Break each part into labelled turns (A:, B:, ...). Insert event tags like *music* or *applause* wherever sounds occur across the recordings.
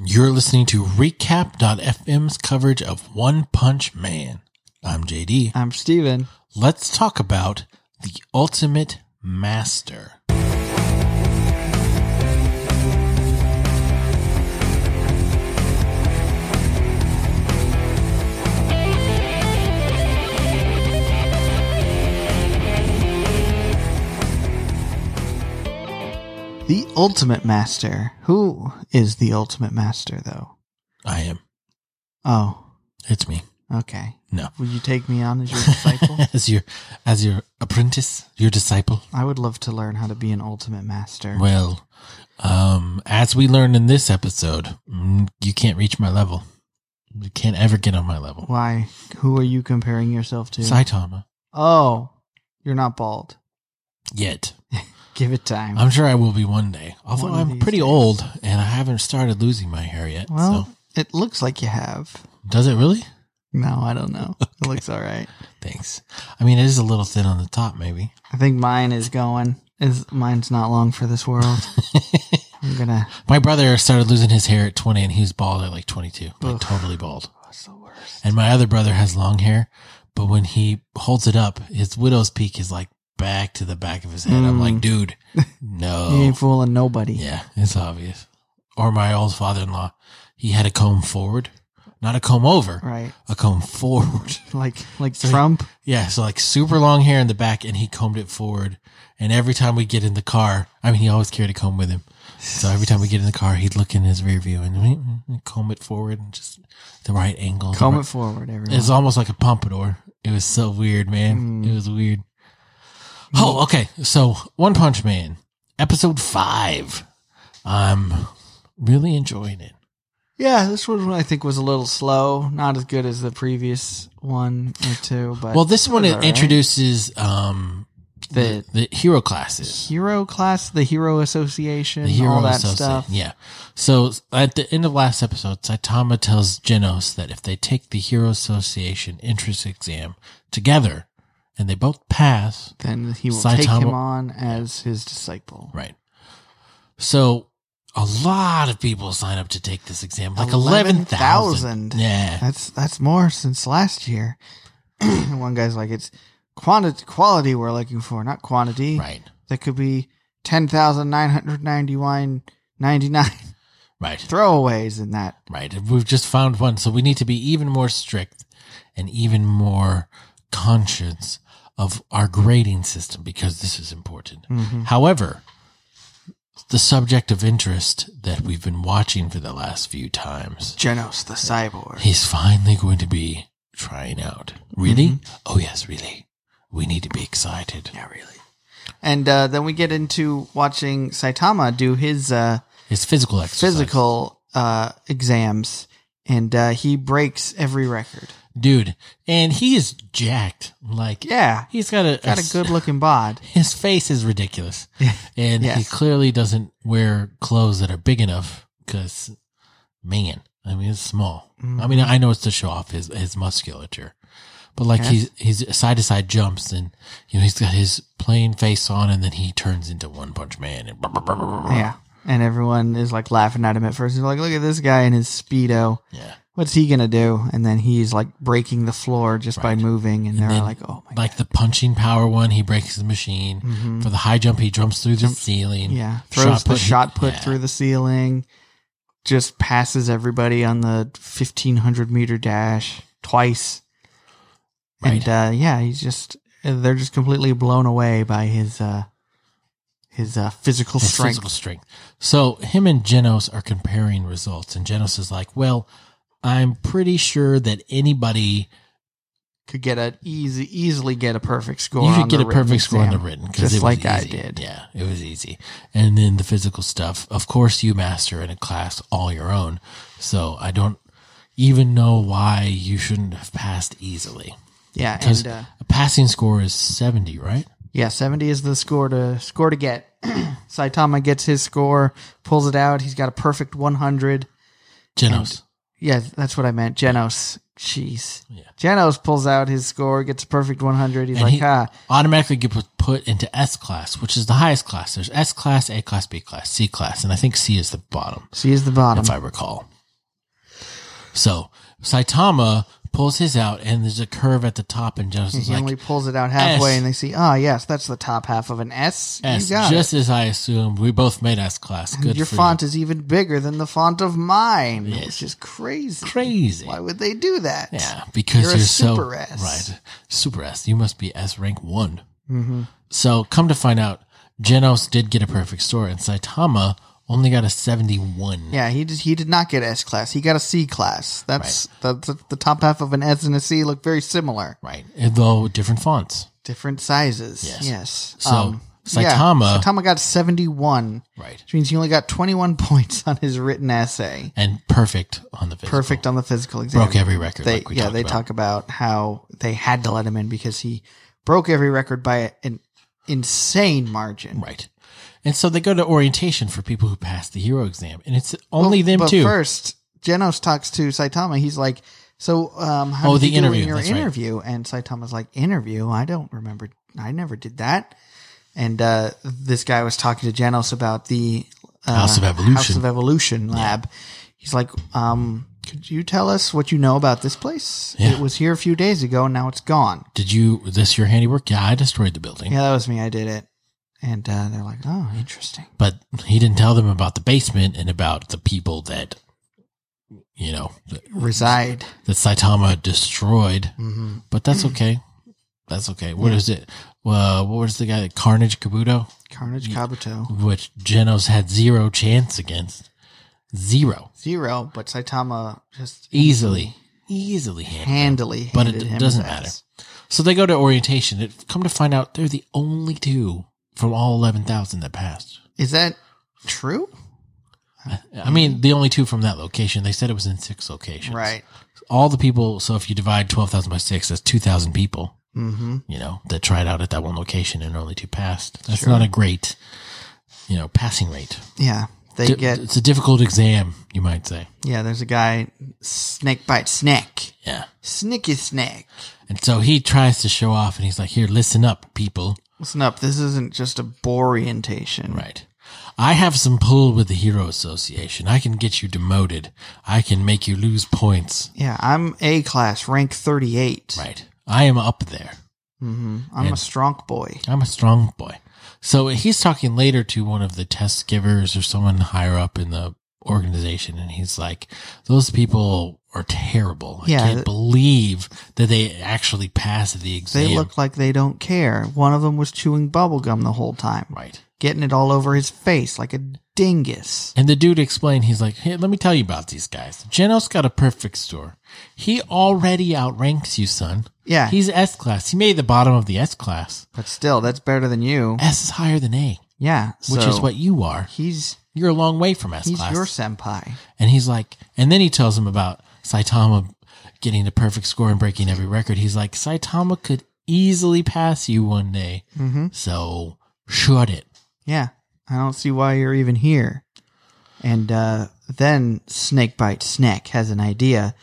A: You're listening to Recap.fm's coverage of One Punch Man. I'm JD.
B: I'm Steven.
A: Let's talk about the ultimate master.
B: The ultimate master. Who is the ultimate master, though?
A: I am.
B: Oh,
A: It's me.
B: okay.
A: No.
B: Will you take me on as your *laughs* disciple?
A: *laughs* as your as your apprentice, your disciple.
B: I would love to learn how to be an ultimate master.
A: Well, um, as we learned in this episode, mm, you can't reach my level. You can't ever get on my level.
B: Why? Who are you comparing yourself to?
A: Saitama.
B: oh, you're not bald.
A: Yet.
B: Give it time.
A: I'm sure I will be one day. Although
B: One of
A: I'm
B: these
A: pretty
B: days.
A: old and I haven't started losing my hair yet.
B: well,
A: so
B: it looks like you have.
A: does it really?
B: No, I don't *laughs* know. It looks all right.
A: Thanks. I mean, it is a little thin on the top, maybe.
B: I think mine is going. Is mine's not long for this *laughs* world. I'm gonna.
A: My brother started losing his hair at 20 and he was bald at like 22, like
B: Ugh.
A: totally bald.
B: What's the worst?
A: And my other brother has long hair, but when he holds it up, his widow's peak is like back to the back of his head. I'm
B: Mm.
A: like, dude,
B: *laughs* You
A: no.
B: ain't fooling nobody.
A: yeah, it's obvious. Or my old father in law, he had a comb forward, not a comb over,
B: Right.
A: a comb forward.
B: Like like Trump.
A: Yeah, so like super long hair in the back, and he combed it forward. And every time we get in the car, I mean, he always carried a comb with him. So every time we get in the car, he'd look in his rear view and mm, mm, comb it forward and just the right angle.
B: Comb it Hmm. forward, everyone.
A: It's almost like a pompadour. It was so weird, man. It was weird. Oh, okay. So One Punch Man, episode five. I'm really enjoying it.
B: Yeah, this one I think was a little slow, not as good as the previous one or two, but
A: Well, this one
B: Is that
A: it
B: right?
A: introduces um, the,
B: The-
A: the hero classes.
B: hero class, the hero association,
A: the hero
B: all that
A: associate.
B: stuff.
A: Yeah. So at the end of last episode, Saitama tells Genos that if they take the Hero Association entrance exam together and they both pass,
B: Then he will take
A: Saitama-
B: him on as his disciple.
A: right. So a lot of people sign up to take this exam, like 11,000.
B: 11,000.
A: yeah.
B: That's that's more since last year. *clears throat* And one guy's like, it's quantity quality we're looking for, not quantity.
A: Right.
B: That could be ten thousand nine hundred ninety one ninety nine
A: Right.
B: *laughs* throwaways in that.
A: Right. We've just found one. So we need to be even more strict and even more conscious of our grading system because this is important.
B: Mm-hmm.
A: However, the subject of interest that we've been watching for the last few times,
B: Genos the cyborg.
A: he's finally going to be trying out. Really?
B: Mm-hmm.
A: Oh, yes, really. We need to be excited.
B: Yeah, really. And uh, then we get into watching Saitama do his uh,
A: It's physical exercise.
B: physical uh, exams, and uh, he breaks every record.
A: Dude. And he is jacked. Like,
B: Yeah,
A: He's got a,
B: got a good
A: *laughs*
B: looking bod.
A: his face is ridiculous and he
B: Yes.
A: clearly doesn't wear clothes that are big enough because man i mean it's small i mean
B: Mm-hmm.
A: i know it's to show off his his musculature but like he's he's side to side jumps and you know he's got his plain face on and then he turns into one punch man and
B: Yeah, and everyone is like laughing at him at first. They're like, "Look at this guy in his speedo.
A: *laughs* yeah
B: What's he gonna do?" And then he's like breaking the floor just by moving, and they're
A: then,
B: like, "Oh my
A: like the punching power one he breaks the machine
B: Mm-hmm.
A: for the high jump he jumps through the ceiling
B: Yeah, throws the
A: he-
B: shot put
A: yeah.
B: through the ceiling, just passes everybody on the fifteen hundred meter dash twice, and uh, yeah, he's just they're just completely blown away by his uh, his uh, physical
A: His
B: strength.
A: physical strength. So him and Genos are comparing results, and Genos is like, "Well, I'm pretty sure that anybody
B: Could get a easy easily get a perfect score.
A: you
B: on
A: could get
B: the
A: a perfect
B: written
A: score on the
B: exam,
A: written
B: just
A: it was
B: like I
A: easy.
B: did.
A: Yeah, it was easy. And then the physical stuff, of course, you master in a class all your own. So I don't even know why you shouldn't have passed easily
B: Yeah,
A: because
B: and uh,
A: a passing score is seventy, right?
B: yeah, seventy is the score to score to get. *clears throat* Saitama gets his score, pulls it out. He's got a perfect one hundred.
A: Genos.
B: Yeah, that's what I meant. Genos Jeez.
A: Yeah.
B: Janos pulls out his score, gets a perfect 100. He's
A: And
B: like,
A: he
B: ah,
A: automatically get put- put into S class, which is the highest class. There's S class, A class, B class, C class, and I think C is the bottom,
B: she is the bottom.
A: if I recall. So Saitama pulls his out, and there's a curve at the top, and Janos is
B: He
A: like,
B: only pulls it out halfway,
A: S.
B: and they see, ah, yes, that's the top half of an S.
A: S,
B: you got
A: just as I assumed. We both made S class.
B: it.
A: Good
B: Your
A: for
B: font is even bigger than the font of mine,
A: Yes.
B: which is crazy.
A: you. Crazy.
B: Why would they do that?
A: Yeah, because
B: You're
A: you're,
B: a
A: so
B: super S.
A: right. Super S. You must be S rank one.
B: Mm-hmm.
A: So come to find out, Genos did get a perfect score, and Saitama only got a seventy-one.
B: Yeah, he did, he did not get S class. He got a C class. That's the, the, the top half of an S and a C look very similar,
A: Right, though different fonts.
B: different sizes.
A: Yes.
B: Yes. Um,
A: So,
B: yeah,
A: Saitama-
B: Saitama got 71,
A: Right,
B: which means he only got 21 *laughs* points on his written essay.
A: and perfect on the physical.
B: Perfect on the physical exam.
A: Broke every record.
B: They,
A: like we
B: yeah,
A: talked
B: they
A: about.
B: talk about how they had to let him in because he broke every record by an insane margin.
A: Right, and so they go to orientation for people who pass the hero exam, and it's only them
B: but
A: two.
B: First, Genos talks to Saitama. He's like, "So, um, how
A: Oh,
B: did
A: the
B: you do
A: interview.
B: in your
A: That's right.
B: interview?" And Saitama's like, "Interview? I don't remember. I never did that." And uh, this guy was talking to Genos about the uh,
A: House of Evolution.
B: House of Evolution lab. He's like, um, "Could you tell us what you know about this place?
A: Yeah.
B: It was here a few days ago, and now it's gone."
A: Did you this your handiwork? Yeah, I destroyed the building,
B: Yeah, that was me. I did it. And uh, they're like, "Oh, interesting."
A: but he didn't tell them about the basement and about the people that you know
B: Reside.
A: that Saitama destroyed.
B: hmm
A: But that's okay. That's okay. What is it? Uh, what was the guy that Carnage Kabuto,
B: Carnage Kabuto.
A: which Genos had zero chance against? Zero.
B: Zero, but Saitama just
A: Easily. Easily handled.
B: handily.
A: But it
B: handed
A: d-
B: him
A: doesn't
B: his
A: matter.
B: ass.
A: So they go to orientation. It come to find out they're the only two from all 11,000 that passed.
B: Is that true?
A: I mean, the only two from that location. They said it was in six locations.
B: Right.
A: All the people, so if you divide 12,000 by six, that's 2,000 people.
B: Mm-hmm.
A: you know, that tried out at that one location and only two passed. That's
B: Sure.
A: not a great, you know, passing rate.
B: Yeah, they
A: Di-
B: get.
A: it's a difficult exam, you might say.
B: Yeah, there's a guy snake bite snack,
A: Yeah.
B: snicky snack.
A: And so he tries to show off and he's like, here, listen up, people.
B: Listen up, this isn't just a bore orientation.
A: Right. I have some pull with the Hero Association. I can get you demoted. I can make you lose points.
B: Yeah, I'm A class, rank 38.
A: Right. I am up there.
B: Mm-hmm. I'm a strong boy.
A: I'm a strong boy. So he's talking later to one of the test givers or someone higher up in the organization, and he's like, "Those people are terrible. I
B: Yeah,
A: can't
B: th-
A: believe that they actually passed the exam."
B: They look like they don't care. One of them was chewing bubblegum the whole time,
A: right.
B: getting it all over his face like a dingus.
A: And the dude explained, he's like, "Hey, let me tell you about these guys. Genos got a perfect store. He already outranks you, son.
B: Yeah,
A: He's S class. He made the bottom of the S class.
B: but still, that's better than you.
A: S is higher than A,
B: Yeah,
A: which
B: so
A: is what you are.
B: he's
A: You're a long way from S
B: He's
A: class.
B: your senpai.
A: And he's like, and then he tells him about Saitama getting the perfect score and breaking every record. He's like, Saitama could easily pass you one day.
B: Mm-hmm.
A: So shut it.
B: Yeah. I don't see why you're even here. And uh, then Snakebite Snack has an idea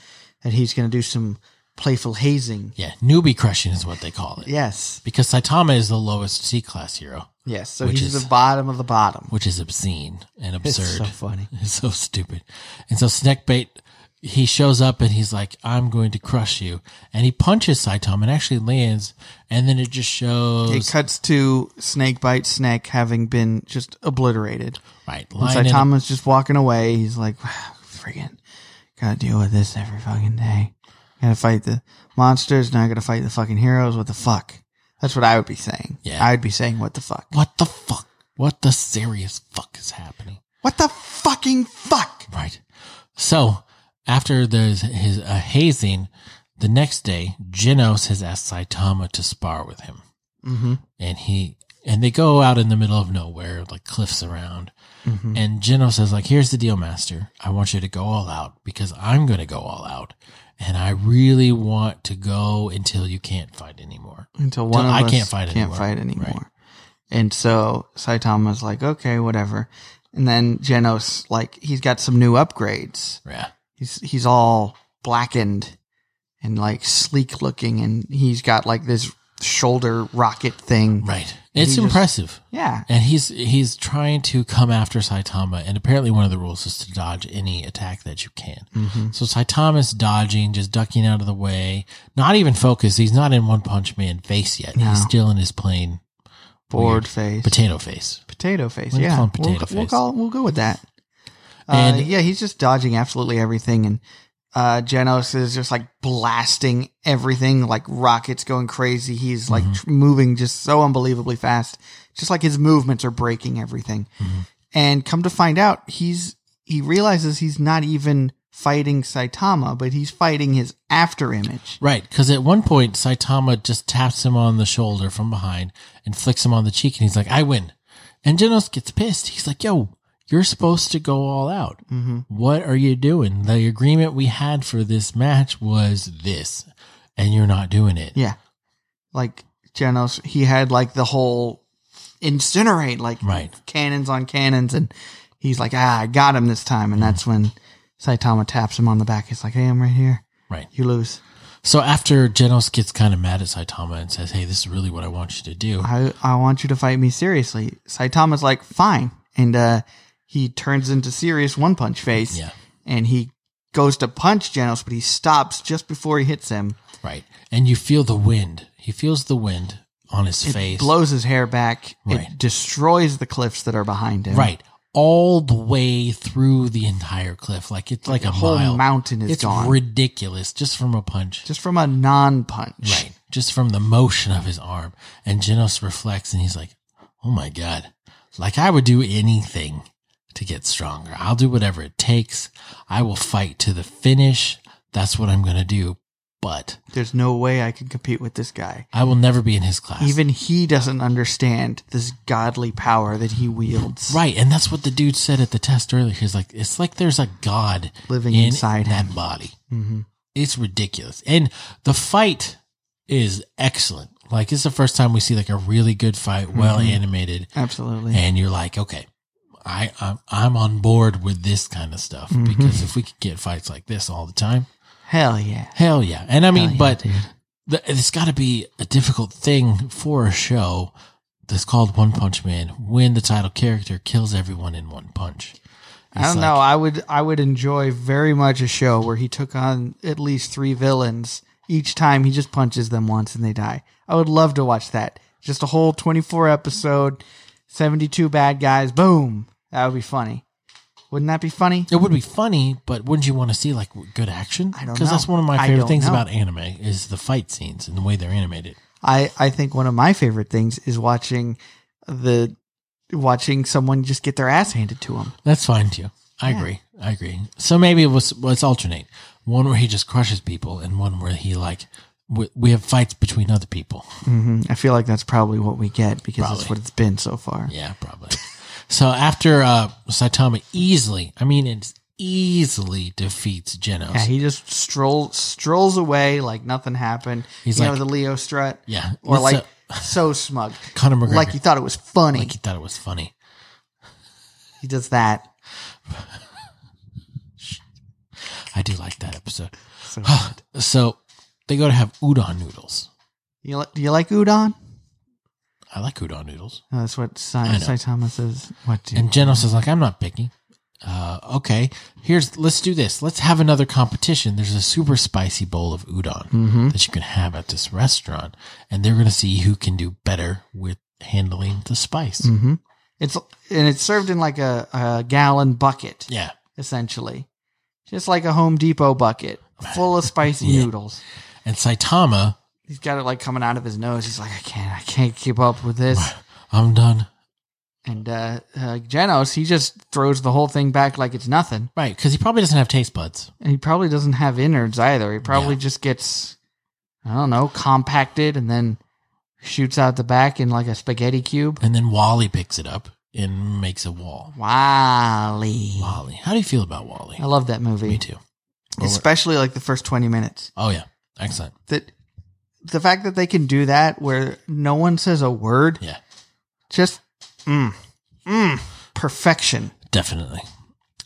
B: that he's going to do some playful hazing.
A: Yeah, newbie crushing is what they call it.
B: Yes.
A: Because Saitama is the lowest C class hero,
B: Yes. So
A: Which
B: he's
A: is-
B: the bottom of the bottom.
A: which is obscene and
B: It's
A: absurd. *laughs*
B: so funny.
A: It's so stupid. And so Snackbait, he shows up and he's like, I'm going to crush you. And he punches Saitama and actually lands. And then it just shows.
B: It cuts to Snakebite Snack having been just obliterated.
A: right.
B: And
A: lying in-
B: Saitama's just walking away. He's like, wow, friggin' gotta deal with this every fucking day. Gotta fight the monsters. Now I gotta fight the fucking heroes. What the fuck? That's what I would be saying.
A: Yeah.
B: I would be saying, what the fuck?
A: what the fuck? What the serious fuck is happening?
B: What the fucking fuck?
A: Right. So after there's his a hazing, the next day Genos has asked Saitama to spar with him,
B: Mm-hmm.
A: and he and they go out in the middle of nowhere, like cliffs around.
B: Mhm.
A: And Genos says, "Like, here's the deal, Master. I want you to go all out because I'm going to go all out, and I really want to go until you can't fight anymore."
B: Until one
A: Till
B: of
A: I
B: us
A: can't fight
B: can't
A: anymore.
B: fight anymore. And so Saitama's like, okay, whatever. And then Genos, like, he's got some new upgrades.
A: Yeah.
B: He's he's all blackened, and like sleek looking, and he's got like this shoulder rocket thing.
A: Right. It's
B: just-
A: impressive.
B: Yeah,
A: And he's he's trying to come after Saitama, and apparently one of the rules is to dodge any attack that you can. So Saitama's dodging, just ducking out of the way, not even focused. He's not in One Punch Man face yet.
B: No.
A: He's still in his plain
B: bored face,
A: potato face.
B: potato face.
A: We'll
B: yeah,
A: call him potato
B: we'll, we'll
A: face.
B: call we'll go with that. uh,
A: And-
B: yeah, he's just dodging absolutely everything, and uh, Genos is just like blasting everything, like rockets going crazy. He's
A: Mm-hmm.
B: like tr- moving just so unbelievably fast, just like his movements are breaking everything.
A: Mm-hmm.
B: And come to find out, he's he realizes he's not even fighting Saitama, but he's fighting his after image.
A: Right, because at one point Saitama just taps him on the shoulder from behind and flicks him on the cheek, and he's like, "I win." And Genos gets pissed. He's like, "Yo, you're supposed to go all out.
B: Mm-hmm.
A: What are you doing? The agreement we had for this match was this, and you're not doing it."
B: Yeah, like Genos, he had like the whole incinerate, like
A: Right.
B: cannons on cannons and he's like ah i got him this time and that's when saitama taps him on the back he's like hey i'm right here
A: Right.
B: you lose
A: So after Genos gets kind of mad at Saitama and says, "Hey, this is really what I want you to do."
B: i i want you to fight me seriously saitama's like fine and uh he turns into serious one punch face
A: Yeah.
B: and he goes to punch genos but he stops just before he hits him
A: Right. And you feel the wind. He feels the wind on his
B: it
A: face.
B: blows his hair back
A: Right.
B: it destroys the cliffs that are behind him
A: Right. All the way through the entire cliff. Like it's like,
B: the
A: a
B: whole
A: mile.
B: mountain is
A: It's
B: gone
A: ridiculous just from a punch.
B: just from a non-punch
A: right. Just from the motion of his arm. And Genos reflects and he's like, Oh my God. Like I would do anything to get stronger. I'll do whatever it takes. I will fight to the finish. That's what I'm going to do. But
B: there's no way i can compete with this guy
A: I will never be in his class.
B: Even he doesn't understand this godly power that he wields.
A: right. And that's what the dude said at the test earlier. He's like, it's like there's a God
B: Living
A: in
B: inside
A: that
B: him.
A: body.
B: hmm
A: it's ridiculous. And the fight is excellent. Like it's the first time we see like a really good fight, well
B: Mhm.
A: animated,
B: Absolutely.
A: and you're like, okay, I I'm, I'm on board with this kind of stuff
B: Mhm.
A: because if we could get fights like this all the time,
B: Hell yeah.
A: hell yeah. And I mean,
B: Hell yeah,
A: but
B: dude.
A: the, it's got to be a difficult thing for a show that's called One Punch Man when the title character kills everyone in one punch.
B: I don't
A: It's
B: know.
A: like-
B: I would I would enjoy very much a show where he took on at least three villains. Each time he just punches them once and they die. I would love to watch that. Just a whole twenty four episode, seventy two bad guys, boom. That would be funny. Wouldn't that be funny?
A: It would be funny, but wouldn't you want to see like good action?
B: I don't
A: that's
B: know.
A: one of my
B: I
A: favorite
B: don't
A: things
B: know.
A: about anime is the fight scenes and the way they're animated.
B: I, I think one of my favorite things is watching the watching someone just get their ass handed to them.
A: That's fine too. I
B: Yeah.
A: agree. I agree. So maybe it was let's alternate one where he just crushes people and one where he like we, we have fights between other people. *laughs*
B: hmm I feel like that's probably what we get because
A: Probably.
B: that's what it's been so far.
A: Yeah, probably. so after uh, Saitama easily, I mean, it's easily defeats Genos.
B: Yeah, he just stroll strolls away like nothing happened.
A: He's
B: you know
A: like-
B: the Leo strut,
A: yeah,
B: or
A: That's
B: like
A: a-
B: so
A: *laughs*
B: smug,
A: Conor McGregor.
B: like he thought it was funny.
A: like he thought it was funny.
B: he does that.
A: I do like that episode. *sighs*
B: So,
A: So they go to have udon noodles.
B: you li- do you like udon?
A: I like udon noodles.
B: No, that's what
A: I
B: Sai-
A: know.
B: Saitama says. What do
A: And Genos is like, I'm not picky. Uh, okay, here's let's do this. Let's have another competition. There's a super spicy bowl of udon
B: Mm-hmm.
A: that you can have at this restaurant, and they're going to see who can do better with handling the spice.
B: hmm It's and it's served in like a, a gallon bucket,
A: Yeah,
B: essentially, just like a Home Depot bucket full of spicy
A: Yeah.
B: noodles.
A: and Saitama,
B: He's got it like coming out of his nose. He's like, I can't, I can't keep up with this.
A: I'm done.
B: And uh, uh, Genos, he just throws the whole thing back like it's nothing.
A: Right, because he probably doesn't have taste buds.
B: And he probably doesn't have innards either. He probably
A: Yeah.
B: just gets, I don't know, compacted and then shoots out the back in like a spaghetti cube.
A: And then Wally picks it up and makes a wall.
B: Wally.
A: Wally, how do you feel about Wally?
B: I love that movie.
A: Me too.
B: Especially like the first 20 minutes.
A: Oh yeah, excellent.
B: That The fact that they can do that where no one says a word,
A: Yeah.
B: just mm, mm, perfection.
A: Definitely.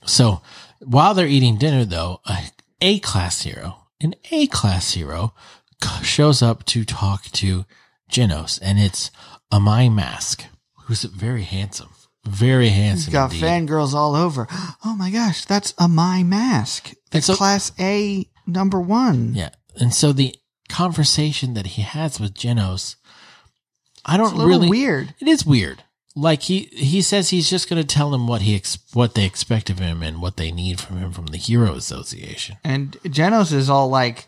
A: So while they're eating dinner, though, a, a class hero an A class hero c- shows up to talk to Genos, and it's Amai Mask, who's very handsome. Very
B: He's
A: handsome.
B: got
A: indeed.
B: fangirls all over. *gasps* Oh my gosh, that's a my mask. That's
A: so-
B: class A number one.
A: Yeah. And so the conversation that he has with Genos, I
B: It's
A: don't
B: a little
A: really
B: weird.
A: It is weird. Like he he says he's just going to tell them what he ex- what they expect of him and what they need from him from the Hero Association.
B: And Genos is all like,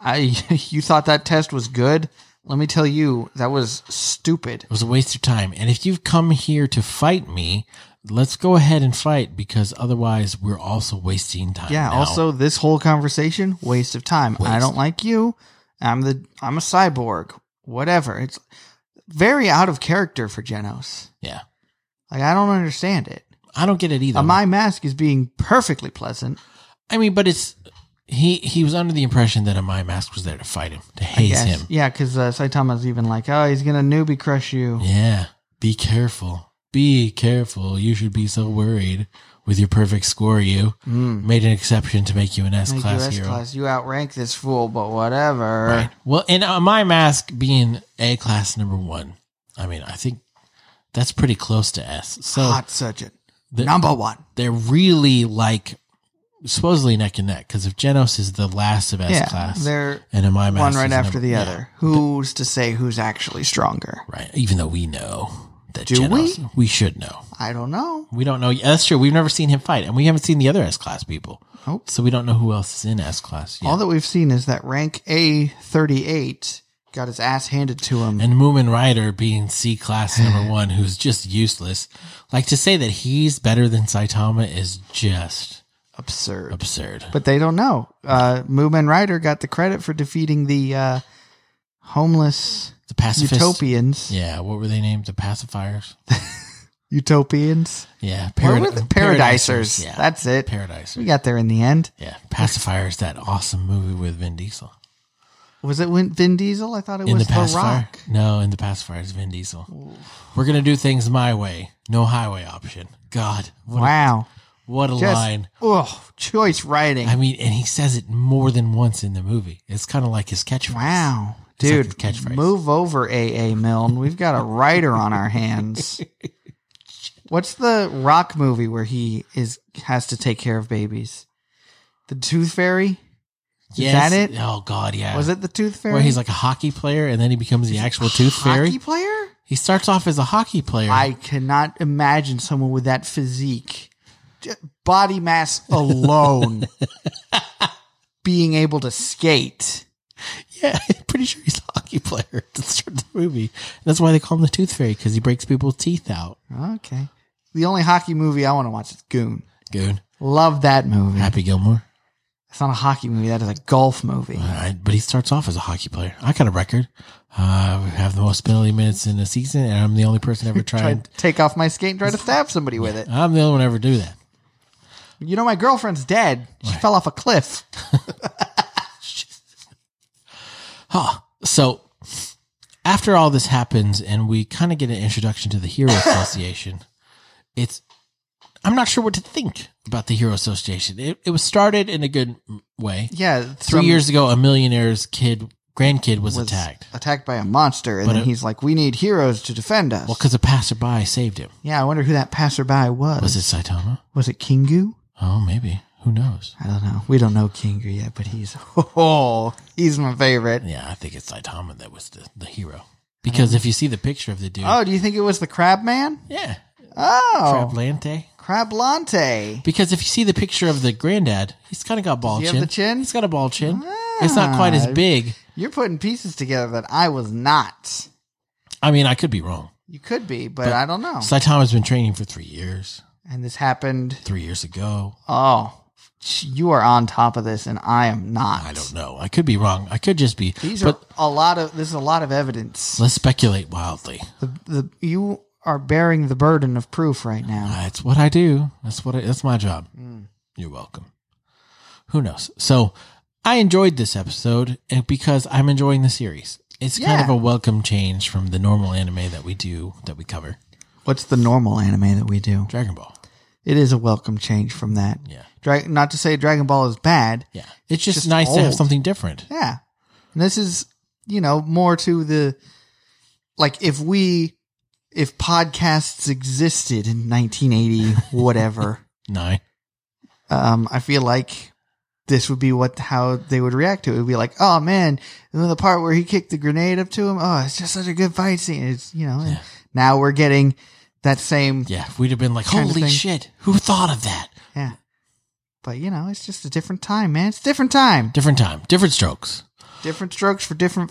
B: "I, *laughs* you thought that test was good? Let me tell you, that was stupid."
A: It was a waste of time. And if you've come here to fight me, let's go ahead and fight because otherwise we're also wasting time.
B: Yeah.
A: now.
B: Also, this whole conversation waste of time. I
A: Waste.
B: don't like you. I'm the I'm a cyborg. Whatever. It's very out of character for Genos.
A: yeah,
B: Like I don't understand it.
A: I don't get it either.
B: A my mask is being perfectly pleasant.
A: I mean, but it's he he was under the impression that Amai Mask was there to fight him, to haze
B: Yes.
A: him.
B: Yeah, because uh, Saitama's even like, oh, he's gonna newbie crush you.
A: Yeah, be careful. Be careful. You should be so worried with your perfect score. You
B: Mm.
A: made an exception to make you an S
B: Make you
A: class
B: S
A: hero.
B: class. You outrank this fool, but whatever.
A: Right. Well, and uh, my mask being A class number one. I mean, I think that's pretty close to S. So
B: Hot surgeon
A: Oh. the-
B: number one.
A: they're really like supposedly neck and neck because if Genos is the last of S
B: yeah,
A: class,
B: they're
A: and my mask
B: one right
A: is
B: after
A: number-
B: the
A: yeah,
B: other. Who's to say who's actually stronger?
A: right? Even though we know that
B: Do we?
A: Genos, we should know.
B: I don't know.
A: We don't know. That's true. We've never seen him fight, and we haven't seen the other S class people.
B: Nope.
A: So we don't know who else is in S class. Yet.
B: Oh. All that we've seen is that rank A thirty eight got his ass handed to him.
A: and Moomin Rider being C
B: *sighs*
A: class number one, who's just useless. Like to say that he's better than Saitama is just
B: Absurd.
A: absurd.
B: but they don't know. Uh, Moomin Rider got the credit for defeating the uh, homeless
A: The pacifists.
B: utopians.
A: Yeah, what were they named? The pacifiers.
B: Utopians.
A: Yeah,
B: Where
A: parad-
B: were the Paradisers.
A: Yeah,
B: That's Hmm. it. we
A: paradisers.
B: got there in the end.
A: Yeah, pacifiers. That awesome movie with Vin Diesel
B: Was it when Vin Diesel? I thought it
A: in
B: was
A: the
B: The,
A: pacifier.
B: Rock.
A: No, in the pacifier is Vin Diesel. We're gonna do things my way, no highway option. God, what a,
B: Wow.
A: what a
B: Just,
A: line!
B: Oh, choice writing.
A: I mean, and he says it more than once in the movie. It's kind of like his catchphrase.
B: wow.
A: It's like
B: Dude,
A: a catchphrase.
B: move over, A.A. Milne. We've got a writer on our
A: *laughs*
B: hands. What's the rock movie where he is has to take care of babies? The Tooth Fairy? Is
A: Yes.
B: that it?
A: Oh God, yeah.
B: Was it the Tooth Fairy?
A: where he's like a hockey player and then he becomes the actual tooth fairy?
B: Hockey player?
A: He starts off as a hockey player.
B: I cannot imagine someone with that physique, j- body mass
A: *laughs*
B: alone, being able to skate.
A: yeah, I'm *laughs* pretty sure he's a hockey player at the start of the movie. That's why they call him the tooth fairy because he breaks people's teeth out.
B: Okay. The only hockey movie I want to watch is Goon.
A: Good.
B: Love that movie.
A: Happy Gilmore.
B: It's not a hockey movie. That is a golf movie.
A: Uh, but he starts off as a hockey player. I got a record. Uh, I have the most penalty minutes in a season, and I'm the only person ever
B: Tried
A: tried.
B: to take off my skate and try to stab somebody with it.
A: I'm the only one ever do that.
B: You know, my girlfriend's dead. She fell off a cliff.
A: Huh. So after all this happens and we kind of get an introduction to the Hero Association, it's I'm not sure what to think about the Hero Association. It, it was started in a good way.
B: Yeah.
A: Three years ago, a millionaire's kid grandkid was, attacked.
B: Attacked by a monster. And then
A: it-
B: he's like, we need heroes to defend us.
A: Well, because a passerby saved him.
B: yeah, I wonder who that passerby was.
A: Was it Saitama?
B: was it Kingu?
A: Oh, maybe. Who knows?
B: I don't know. We don't know Kingu yet, but he's *laughs* oh, he's my favorite.
A: Yeah, I think it's Saitama that was the, the hero. Because if you see the picture of the dude,
B: Oh, do you think it was the crab man?
A: yeah,
B: Oh,
A: Trablante.
B: crab lante.
A: Because if you see the picture of the granddad, he's kind of got ball
B: he have
A: chin.
B: the chin? Ah.
A: He's got a ball chin. It's not quite as big.
B: You're putting pieces together that I was not.
A: I mean, I could be wrong.
B: You could be, but, I don't know.
A: Saitama's been training for three years.
B: and this happened.
A: Three years ago.
B: Oh, you are on top of this, and I am not.
A: I don't know. I could be wrong. I could just be.
B: These
A: but
B: are a lot of. This is a lot of evidence.
A: let's speculate wildly.
B: The, the you are bearing the burden of proof right now.
A: That's what I do. That's what. I, that's my job.
B: Mm.
A: You're welcome. Who knows? So, I enjoyed this episode and because I'm enjoying the series. It's kind
B: Yeah.
A: of a welcome change from the normal anime that we do that we cover,
B: What's the normal anime that we do?
A: Dragon Ball.
B: it is a welcome change from that.
A: Yeah.
B: Dra- not to say Dragon Ball is bad.
A: Yeah. It's just,
B: Just
A: nice to have
B: old.
A: something different.
B: Yeah. And this is, you know, more to the like if we if podcasts existed in 1980 whatever,
A: Nine.
B: um I feel like this would be what how they would react to it. It would be like, "Oh man, and then the part where he kicked the grenade up to him. Oh, it's just such a good fight scene." It's, you know, and
A: Yeah.
B: now we're getting that same
A: Yeah. We'd have been like,
B: Kind of
A: holy
B: thing.
A: shit, who thought of that?
B: yeah. But you know, it's just a different time, man. It's a different time.
A: Different time, different strokes.
B: Different strokes for different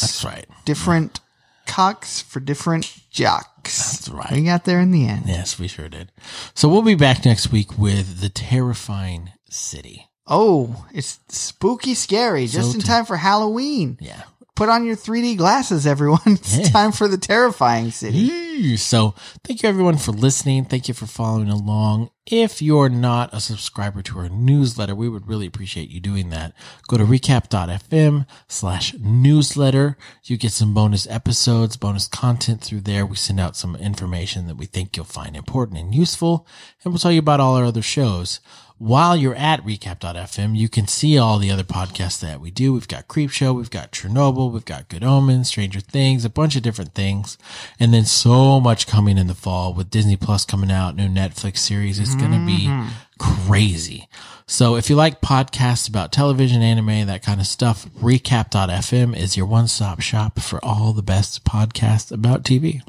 A: *laughs* That's right.
B: different cocks for different jocks.
A: That's right.
B: We got there in the end.
A: Yes, we sure did. So we'll be back next week with the terrifying city.
B: Oh, it's spooky scary just
A: So
B: in
A: t-
B: time for Halloween.
A: Yeah.
B: Put on your 3D glasses, everyone. *laughs* It's
A: Yeah.
B: time for the terrifying city.
A: Eee. So thank you everyone for listening. Thank you for following along. If you're not a subscriber to our newsletter, we would really appreciate you doing that. Go to recap.fm slash newsletter. You get some bonus episodes, bonus content through there. We send out some information that we think you'll find important and useful. And we'll tell you about all our other shows. While you're at recap.fm, you can see all the other podcasts that we do. We've got Creep Show, we've got Chernobyl, we've got Good Omens, Stranger Things, a bunch of different things. And then so much coming in the fall with Disney Plus coming out, new Netflix series. It's going to be crazy. So if you like podcasts about television, anime, that kind of stuff, recap.fm is your one stop shop for all the best podcasts about TV.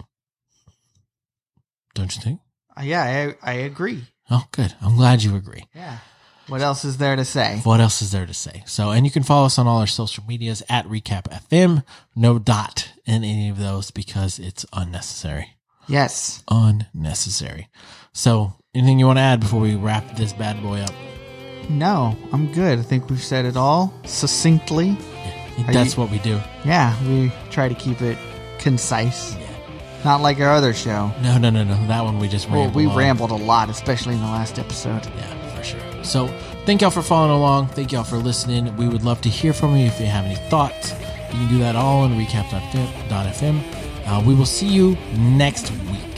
A: Don't you think?
B: Uh, Yeah, I, I agree.
A: Oh, good. I'm glad you agree.
B: Yeah. What else is there to say?
A: What else is there to say? So, and you can follow us on all our social medias at Recap FM. No dot in any of those because it's unnecessary.
B: Yes.
A: Unnecessary. So, anything you want to add before we wrap this bad boy up?
B: No, I'm good. I think we've said it all succinctly. Are
A: That's
B: you-
A: what we do.
B: Yeah, we try to keep it concise. Not like our other show.
A: No, no, no, no. That one we just
B: Well,
A: rambled.
B: we
A: on.
B: rambled a lot, especially in the last episode.
A: Yeah, for sure. So, thank y'all for following along. Thank y'all for listening. We would love to hear from you if you have any thoughts. You can do that all on recap.fm. Uh, we will see you next week.